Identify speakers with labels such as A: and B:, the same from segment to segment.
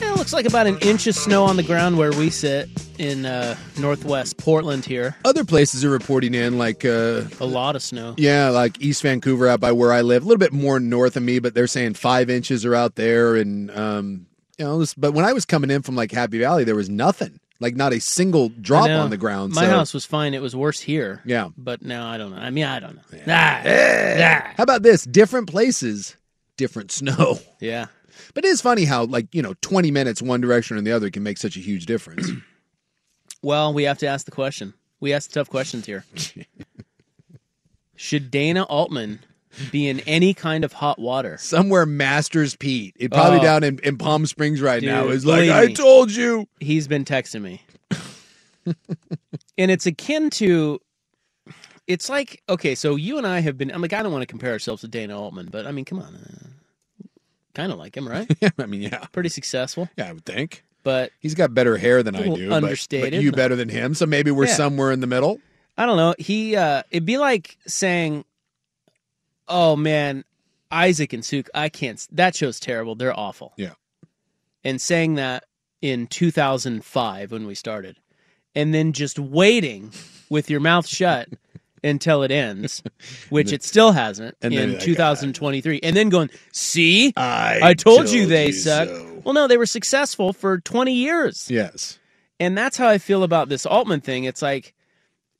A: Yeah, it looks like about an inch of snow on the ground where we sit in uh, northwest Portland here.
B: Other places are reporting in, like uh,
A: A lot of snow.
B: yeah, like East Vancouver out by where I live, a little bit more north of me, but they're saying five inches are out there, and um, you know. this- But when I was coming in from like Happy Valley, there was nothing, like not a single drop
A: I know.
B: on the ground.
A: My
B: so,
A: house was fine. It was worse here.
B: Yeah.
A: But now I don't know. I mean, I don't know. Yeah.
B: How about this? Different places, different snow.
A: yeah.
B: But it is funny how, like, you know, 20 minutes one direction or the other can make such a huge difference.
A: Well, we have to ask the question. We ask the tough questions here. Should Dana Altman be in any kind of hot water?
B: Somewhere, Masters Pete, it probably
A: Oh.
B: down in, in Palm Springs right
A: Dude,
B: now, is like,
A: believe
B: I
A: me.
B: told you.
A: He's been texting me. and it's akin to it's like okay, so you and I have been I'm like I don't want to compare ourselves to Dana Altman, but I mean, come on. Uh, kind of like him, right?
B: I mean, yeah,
A: Pretty successful,
B: yeah, I would think.
A: but
B: He's got better hair than I
A: Little
B: do. but- But,
A: understated.
B: you better than him. So maybe we're
A: Yeah.
B: somewhere in the middle.
A: I don't know. He uh it'd be like saying, "Oh man, Isaac and Suk, I can't. That show's terrible. They're awful."
B: Yeah.
A: And saying that in 2005 when we started, and then just waiting with your mouth shut until it ends, which it still hasn't
B: and then
A: in
B: like, uh,
A: 2023, and then going, "See,
B: I,
A: I told you they suck."
B: so.
A: Well, no, they were successful for 20 years.
B: Yes.
A: And that's how I feel about this Altman thing. It's like,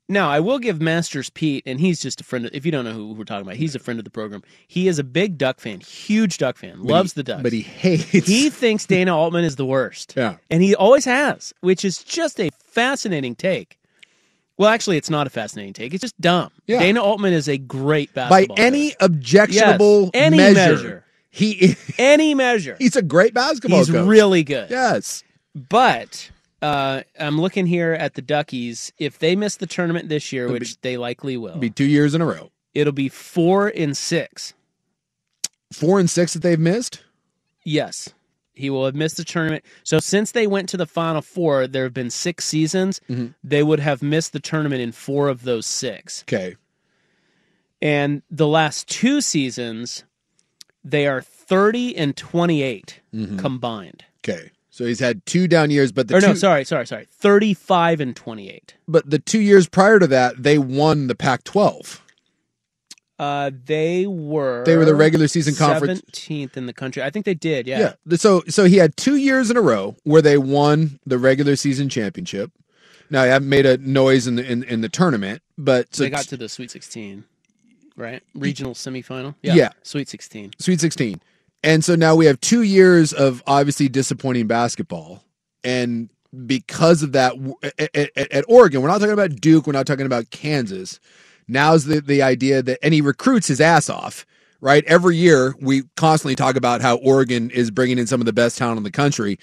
A: now I will give Masters Pete, and he's just a friend. Of, if you don't know who we're talking about, he's a friend of the program. He is a big Duck fan, huge Duck fan,
B: But
A: loves
B: he-
A: the Ducks.
B: But he hates.
A: he thinks Dana Altman is the worst.
B: Yeah.
A: And he always has, which is just a fascinating take. Well, actually, it's not a fascinating take. It's just dumb.
B: Yeah.
A: Dana Altman is a great
B: By
A: basketball
B: any
A: coach.
B: objectionable
A: Yes, any
B: measure,
A: measure.
B: he
A: any measure,
B: he's a great basketball
A: he's
B: coach.
A: really good.
B: Yes.
A: But uh, I'm looking here at the Duckies. If they miss the tournament this year,
B: It'll
A: which they likely will,
B: Be two years in a row.
A: it'll be four and six.
B: Four and six that they've missed.
A: Yes, he will have missed the tournament. So since they went to the Final Four, there have been six seasons.
B: Mm-hmm.
A: They would have missed the tournament in four of those six.
B: Okay.
A: And the last two seasons, they are 30 and 28 combined.
B: Okay. So he's had two down years, but Mm-hmm. the
A: or
B: two,
A: no, sorry, sorry, sorry. 35 and 28.
B: but the two years prior to that, they won the Pac-12.
A: Uh, they were
B: They were the regular season conference-
A: seventeenth in the country. I think they did. Yeah.
B: Yeah. So so he had two years in a row where they won the regular season championship. Now I haven't made a noise in the in, in the tournament, but so
A: they got to the Sweet Sixteen, right? Regional semifinal.
B: Yeah.
A: Sweet Sixteen.
B: Sweet Sixteen, and so now we have two years of obviously disappointing basketball, and because of that, w- at, at- at Oregon, we're not talking about Duke, we're not talking about Kansas. Now's the the idea that and he recruits his ass off. Right, every year we constantly talk about how Oregon is bringing in some of the best talent in the country.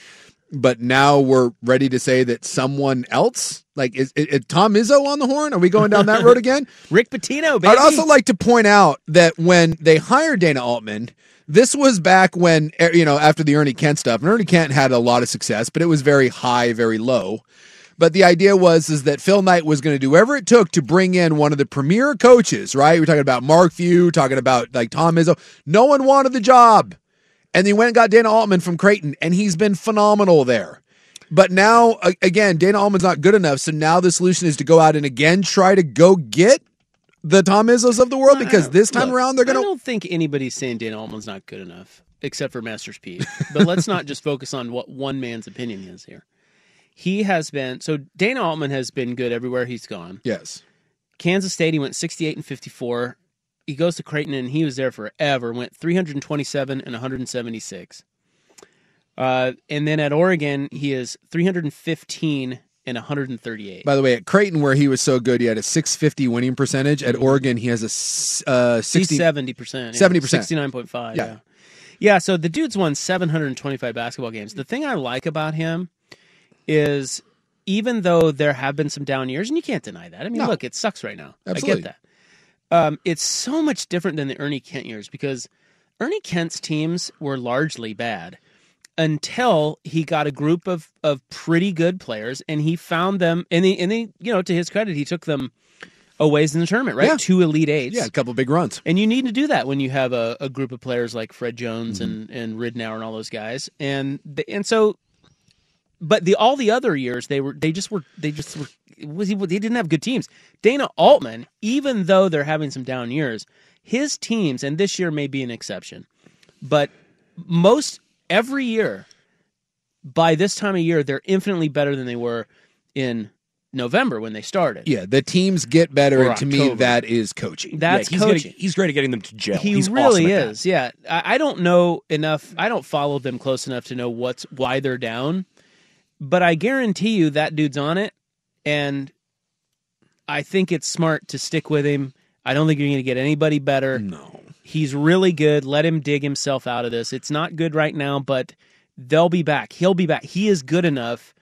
B: but now we're ready to say that someone else, like is, is, is Tom Izzo on the horn? Are we going down that road again?
A: Rick Pitino, baby.
B: I'd also like to point out that when they hired Dana Altman, this was back when eh, you know after the Ernie Kent stuff, and Ernie Kent had a lot of success, but it was very high, very low. But the idea was is that Phil Knight was going to do whatever it took to bring in one of the premier coaches, right? We're talking about Mark Few, talking about like Tom Izzo. No one wanted the job. And they went and got Dana Altman from Creighton, and he's been phenomenal there. But now, a- again, Dana Altman's not good enough. So now the solution is to go out and again try to go get the Tom Izzo's of the world because this time
A: Look,
B: around they're
A: I
B: going to.
A: don't think anybody's saying Dana Altman's not good enough. except for Masters P. But let's not just focus on what one man's opinion is here. He has been so Dana Altman has been good everywhere he's gone.
B: Yes.
A: Kansas State, he went 68 and 54. He goes to Creighton and he was there forever, went 327 and 176. Uh, and then at Oregon, he is 315 and 138.
B: By the way, at Creighton, where he was so good, he had a 650 winning percentage. At Oregon, he has a s- uh, 60.
A: He's 70%.
B: 70%.
A: 69.5.
B: Yeah.
A: Yeah. Yeah, so the dude's won 725 basketball games. The thing I like about him is even though there have been some down years, and you can't deny that. I mean,
B: No.
A: look, it sucks right now.
B: Absolutely.
A: I get that. Um, it's so much different than the Ernie Kent years because Ernie Kent's teams were largely bad until he got a group of, of pretty good players and he found them and he, and he, you know, to his credit, he took them a ways in the tournament, right?
B: Yeah.
A: Two elite eights.
B: Yeah, a couple big runs.
A: And you need to do that when you have a, a group of players like Fred Jones and, and Ridnour and all those guys. And the, and so, but the all the other years they were they just were they just were it was he they didn't have good teams. Dana Altman, even though they're having some down years, his teams and this year may be an exception, but most every year by this time of year they're infinitely better than they were in November when they started.
B: Yeah, the teams get better,
C: Or
B: and to me,
C: October.
B: that is coaching.
A: That's
C: he's
A: coaching.
C: Good at, he's great at getting them to gel.
A: He
C: he's awesome
A: really
C: at that.
A: is. Yeah, I, I don't know enough. I don't follow them close enough to know what's why they're down, but I guarantee you that dude's on it, and I think it's smart to stick with him. I don't think you're going to get anybody better.
C: Mm.
B: No.
A: He's really good. Let him dig himself out of this. It's not good right now, but they'll be back. He'll be back. He is good enough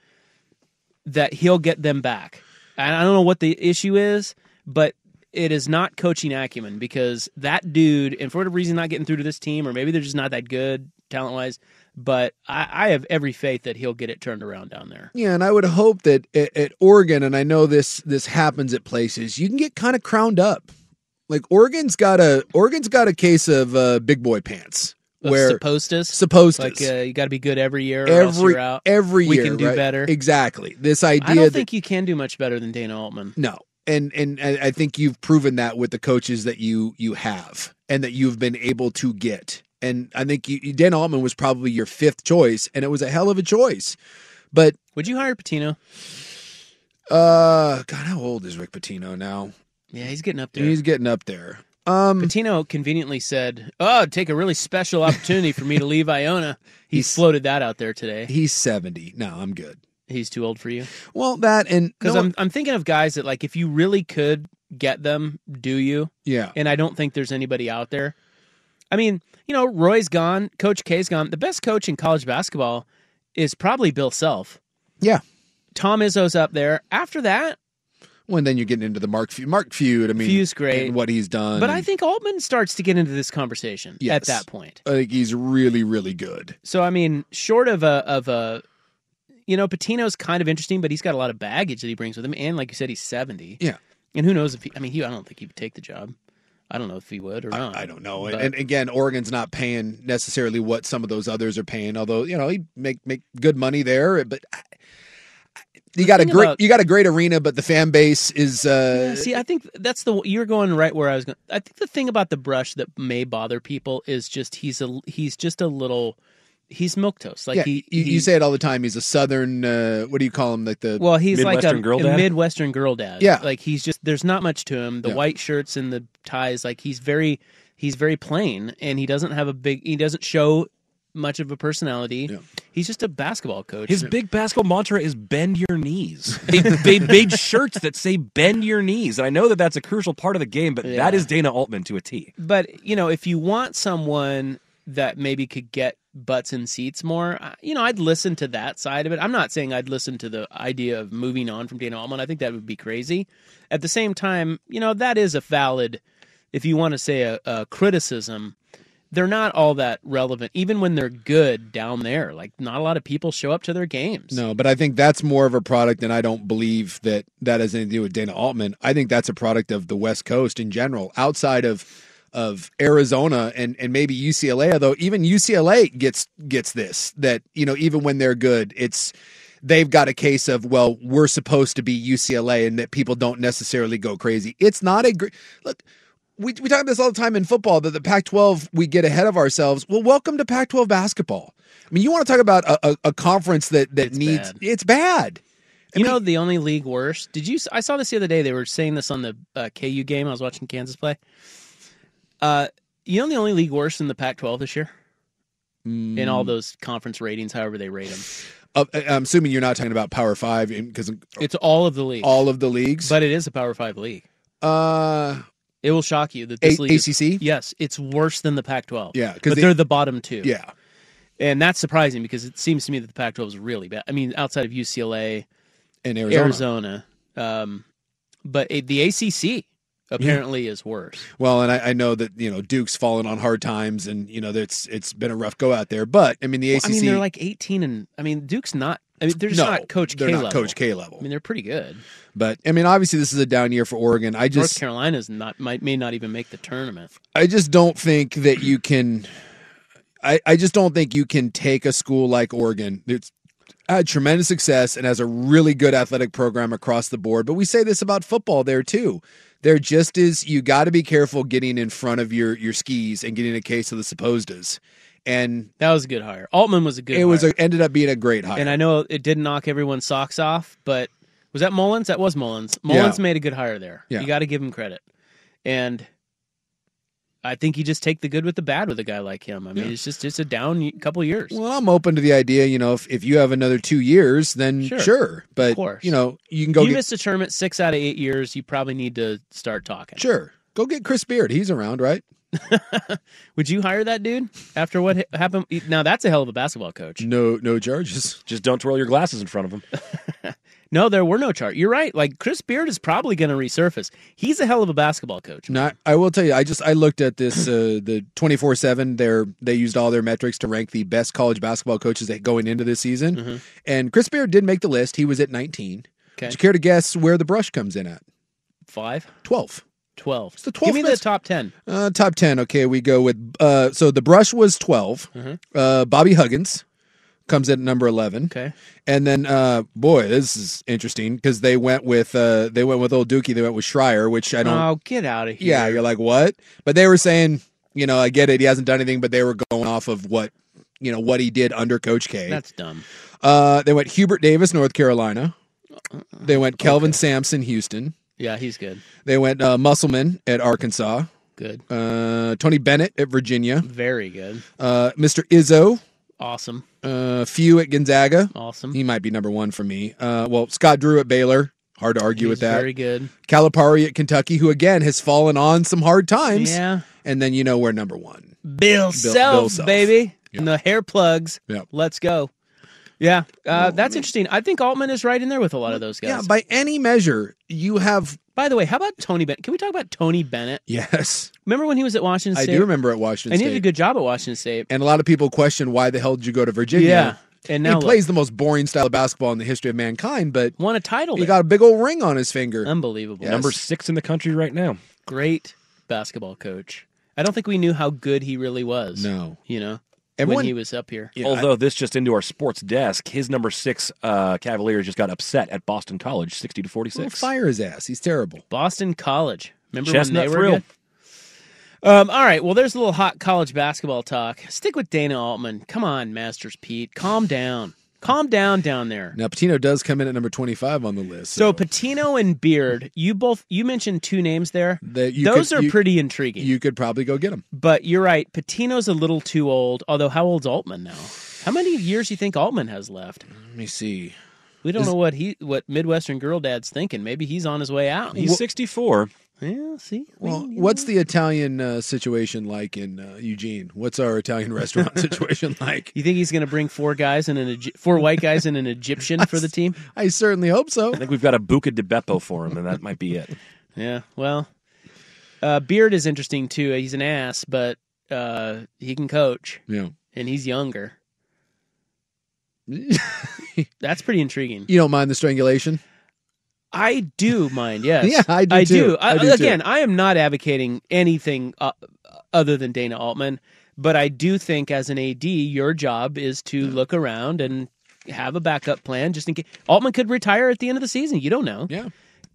A: that he'll get them back. And I don't know what the issue is, but it is not coaching acumen because that dude, and for whatever reason, not getting through to this team, or maybe they're just not that good talent wise. But I, I have every faith that he'll get it turned around down there.
B: Yeah, and I would hope that at, at Oregon, and I know this this happens at places, you can get kind of crowned up. Like Oregon's got a Oregon's got a case of uh, big boy pants, where
A: supposed to
B: supposed to
A: like uh, you got to be good every year, or else
B: every
A: you're out.
B: every
A: We
B: year
A: can do
B: right?
A: better.
B: Exactly, this idea
A: I don't
B: that
A: think you can do much better than Dana Altman.
B: No. And and I I think you've proven that with the coaches that you you have and that you've been able to get. And I think you, Dan Altman was probably your fifth choice, and it was a hell of a choice. But
A: Would you hire Patino?
B: uh, God, how old is Rick Pitino now?
A: Yeah, he's getting up there.
B: Dude, He's getting up there. Um,
A: Patino conveniently said, "Oh, it'd take a really special opportunity for me to leave Iona." He
B: He's-
A: floated that out there today.
B: he's seventy. No, I'm good.
A: He's too old for you.
B: Well, that and
A: Because
B: no,
A: I'm I'm thinking of guys that like if you really could get them, do you?
B: yeah,
A: And I don't think there's anybody out there. I mean, you know, Roy's gone, Coach K's gone. The best coach in college basketball is probably Bill Self.
B: yeah.
A: Tom Izzo's up there. After that,
B: Well, and then you're getting into the Mark feud. Mark feud. I mean,
A: Feud's great.
B: and what he's done.
A: but
B: and
A: I think Altman starts to get into this conversation
B: Yes.
A: at that point.
B: I think he's really really good.
A: So I mean, short of a of a you know, Patino's kind of interesting, but he's got a lot of baggage that he brings with him, and like you said, he's seventy.
B: Yeah.
A: And who knows if he? I mean, he. I don't think he would take the job. I don't know if he would or not.
B: I don't know. And-
A: But-
B: and again, Oregon's not paying necessarily what some of those others are paying. Although you know he make make good money there, but I- I- you got a
A: thing
B: great
A: about-
B: you got a great arena, but the fan base is uh,
A: Yeah, see, I think that's the you're going right where I was going. I think the thing about the brush that may bother people is just he's a he's just a little he's milk toast. Like
B: yeah,
A: he,
B: you,
A: he
B: you say it all the time. He's a southern. Uh, what do you call him? Like the
A: well he's like a,
C: Midwestern girl
A: a
C: dad?
A: midwestern girl dad.
B: Yeah.
A: like he's just there's not much to him. The
B: Yeah.
A: white shirts and the ties, like he's very he's very plain and he doesn't have a big he doesn't show much of a personality.
B: Yeah.
A: He's just a basketball coach.
C: His big basketball mantra is bend your knees. They, they made shirts that say bend your knees. And I know that that's a crucial part of the game, but
A: Yeah.
C: that is Dana Altman to a T.
A: but you know, if you want someone that maybe could get butts in seats more, I- you know, I'd listen to that side of it. I'm not saying I'd listen to the idea of moving on from Dana Altman. I think that would be crazy. At the same time, you know, that is a valid, if you want to say a, a criticism. They're not all that relevant, even when they're good down there. Like, not a lot of people show up to their games.
B: No, but I think that's more of a product, and I don't believe that that has anything to do with Dana Altman. I think that's a product of the West Coast in general, outside of of Arizona and and maybe UCLA. Although even UCLA gets gets this that you know even when they're good, it's they've got a case of well we're supposed to be UCLA and that people don't necessarily go crazy. It's not a gr- look. we, we talk about this all the time in football that the Pac 12, we get ahead of ourselves. Well, welcome to Pac 12 basketball. I mean, you want to talk about a, a, a conference that, that
A: It's
B: needs,
A: bad.
B: it's bad.
A: You know the only league worse. Did you? I saw this the other day. They were saying this on the uh, KU game. I was watching Kansas play. Uh, you know the only league worse in the Pac-12 this year in
B: Mm.
A: all those conference ratings, however they rate them.
B: Uh, I'm assuming you're not talking about Power Five because
A: It's all of the leagues,
B: Oh. all of the leagues.
A: but it is a Power Five league.
B: uh,
A: It will shock you that
B: A-
A: this league is-
B: ACC?
A: yes, it's worse than the Pac-12.
B: Yeah, 'cause
A: because
B: the-
A: they, are the bottom two.
B: yeah,
A: and that's surprising because it seems to me that the Pac-12 is really bad. I mean, outside of UCLA,
B: in Arizona.
A: Arizona, um, but it, the ACC apparently is worse.
B: Well, and I, I know that you know Duke's fallen on hard times, and you know it's it's been a rough go out there. But I mean, the ACC,
A: I mean, they're like 18 and I mean, Duke's not. I mean, they're just
B: no,
A: not Coach
B: they're
A: K
B: not
A: level.
B: Coach K level.
A: I mean, they're pretty good.
B: but I mean, obviously, this is a down year for Oregon. I
A: North
B: just
A: Carolina's not might may not even make the tournament.
B: I just don't think that you can. I, I just don't think you can take a school like Oregon that's had tremendous success and has a really good athletic program across the board. But we say this about football there too. There just is you got to be careful getting in front of your your skis and getting a case of the supposedas. And
A: That was a good hire. Altman was a good.
B: it was
A: hire.
B: a, ended up being a great hire.
A: and I know it did knock everyone's socks off, but was that Mullins? That was Mullins. Mullins made a good hire there.
B: Yeah.
A: You got to give him credit, and I think you just take the good with the bad with a guy like him. I mean, it's just it's a down y- couple years.
B: Well, I'm open to the idea. You know, if, if you have another two years, then sure.
A: Sure.
B: But
A: Of course.
B: you know, you can go
A: you
B: get
A: missed a tournament six out of eight years. You probably need to start talking.
B: sure. Go get Chris Beard. He's around, right?
A: Would you hire that dude after what ha- happened? Now that's a hell of a basketball coach.
B: No, no charges.
C: Just don't twirl your glasses in front of him.
A: No, there were no chart. You're right. Like Chris Beard is probably going to resurface. He's a hell of a basketball coach.
B: Not. I will tell you. I just I looked at this. Uh, the 24 seven. They're they used all their metrics to rank the best college basketball coaches that going into this season. And Chris Beard did make the list. He was at 19.
A: Mm-hmm. Okay.
B: Would you care to guess where the brush comes in at?
A: Five,
B: 12.
A: 12.
B: the
A: Give me
B: 12th
A: the
B: best-
A: top 10.
B: Uh, top 10. Okay, we go with. Uh, so the brush was 12.
A: Mm-hmm.
B: Uh, Bobby Huggins comes in at number 11.
A: Okay.
B: And then, uh, boy, this is interesting because they went with uh, they went with old Dookie. They went with Schreier, which I don't.
A: Oh, get out of here.
B: yeah, you're like what? But they were saying, you know, I get it. He hasn't done anything, but they were going off of what you know what he did under Coach K.
A: That's dumb.
B: uh, they went Hubert Davis, North Carolina.
A: Uh,
B: They went Kelvin Sampson, Houston.
A: Yeah, he's good.
B: They went uh, Musselman at Arkansas.
A: Good.
B: Uh, Tony Bennett at Virginia.
A: Very good.
B: Uh, Mr. Izzo,
A: Awesome.
B: uh, Few at Gonzaga.
A: Awesome.
B: He might be number one for me. Uh, well, Scott Drew at Baylor. Hard to argue
A: He's
B: with that.
A: Very good.
B: Calipari at Kentucky, who again has fallen on some hard times.
A: Yeah.
B: And then you know we're number one.
A: Bill,
B: Bill
A: Self,
B: Self.
A: baby. And the hair plugs.
B: Yeah.
A: Let's go. Yeah. Uh, that's interesting. I think Altman is right in there with a lot of those guys.
B: Yeah, by any measure, you have
A: By the way, how about Tony Bennett? Can we talk about Tony Bennett?
B: yes.
A: Remember when he was at Washington
B: I
A: State?
B: do remember at Washington
A: And he
B: State,
A: did a good job at Washington State.
B: and a lot of people question why the hell did you go to Virginia?
A: Yeah. And now
B: he
A: look.
B: plays the most boring style of basketball in the history of mankind, but
A: Won a title.
B: he
A: there.
B: got a big old ring on his finger.
A: Um, Unbelievable.
B: Yes.
C: Number six in the country right now.
A: Great basketball coach. I don't think we knew how good he really was.
B: No.
A: You know,
B: Everyone-
A: when he was up here.
B: Yeah,
C: Although this just into our sports desk, his number six uh, Cavaliers just got upset at Boston College, sixty to
B: Well,
C: forty-six.
B: fire his ass. He's terrible.
A: Boston College. Remember
C: Chestnut
A: when they were
C: frill.
A: good? Um, all right. Well, there's a little hot college basketball talk. Stick with Dana Altman. Come on, Masters Pete. Calm down. Calm down down there.
B: Now Patino does come in at number twenty-five on the list.
A: So Patino and Beard, you both you mentioned two names there.
B: That you
A: Those
B: could-
A: are
B: you-
A: pretty intriguing.
B: you could probably go get him.
A: But you're right. Patino's a little too old. Although, how old's Altman now? How many years do you think Altman has left?
B: Let me see.
A: We don't know what he, what Midwestern girl dad's thinking. Maybe he's on his way out.
C: He's sixty-four.
A: yeah, see,
B: Well, what's the Italian uh, situation like in uh, Eugene? What's our Italian restaurant situation like?
A: you think he's going to bring four guys and an Egy- four white guys and an Egyptian for the team?
B: I certainly hope so.
C: I think we've got a Buca de Beppo for him, and that might be it.
A: Yeah. Well, uh, Beard is interesting too. He's an ass, but uh, he can coach
B: Yeah.
A: and he's younger. That's pretty intriguing.
B: You don't mind the strangulation?
A: I do mind. Yes.
B: Yeah, I do
A: I
B: too.
A: do. I,
B: I do too.
A: again, I am not advocating anything uh, other than Dana Altman, but I do think as an AD, your job is to look around and have a backup plan just in case Altman could retire at the end of the season. You don't know.
B: Yeah.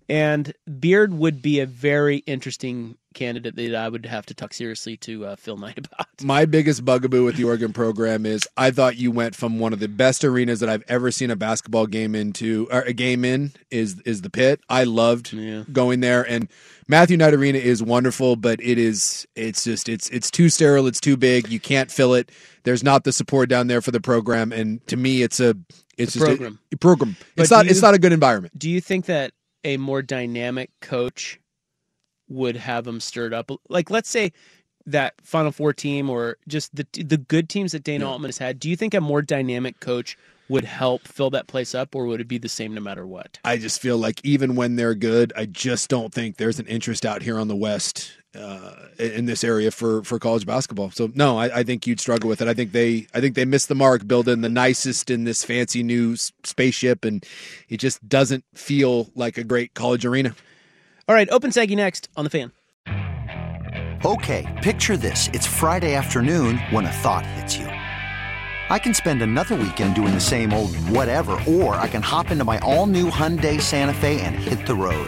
A: And Beard would be a very interesting candidate that I would have to talk seriously to uh, Phil Knight about.
B: My biggest bugaboo with the Oregon program is I thought you went from one of the best arenas that I've ever seen a basketball game into or a game in is is the pit. I loved
A: Yeah.
B: going there and Matthew Knight Arena is wonderful, but it is it's just it's it's too sterile, it's too big, you can't fill it. There's not the support down there for the program and to me it's a it's
A: The
B: just a-
A: program.
B: A, program.
A: But
B: it's not
A: do
B: it's
A: you-
B: not a good environment.
A: Do you think that a more dynamic coach would have them stirred up? Like, let's say that Final Four team or just the the good teams that Dana Altman has had. Do you think a more dynamic coach would help fill that place up, or would it be the same no matter what?
B: I just feel like even when they're good, I just don't think there's an interest out here on the West uh, in this area for for college basketball. So no, I, I think you'd struggle with it. I think they I think they missed the mark building the nicest in this fancy new s- spaceship, and it just doesn't feel like a great college arena.
A: All right, open saggy next on the fan.
D: Okay, picture this. It's Friday afternoon when a thought hits you. I can spend another weekend doing the same old whatever, or I can hop into my all new Hyundai Santa Fe and hit the road.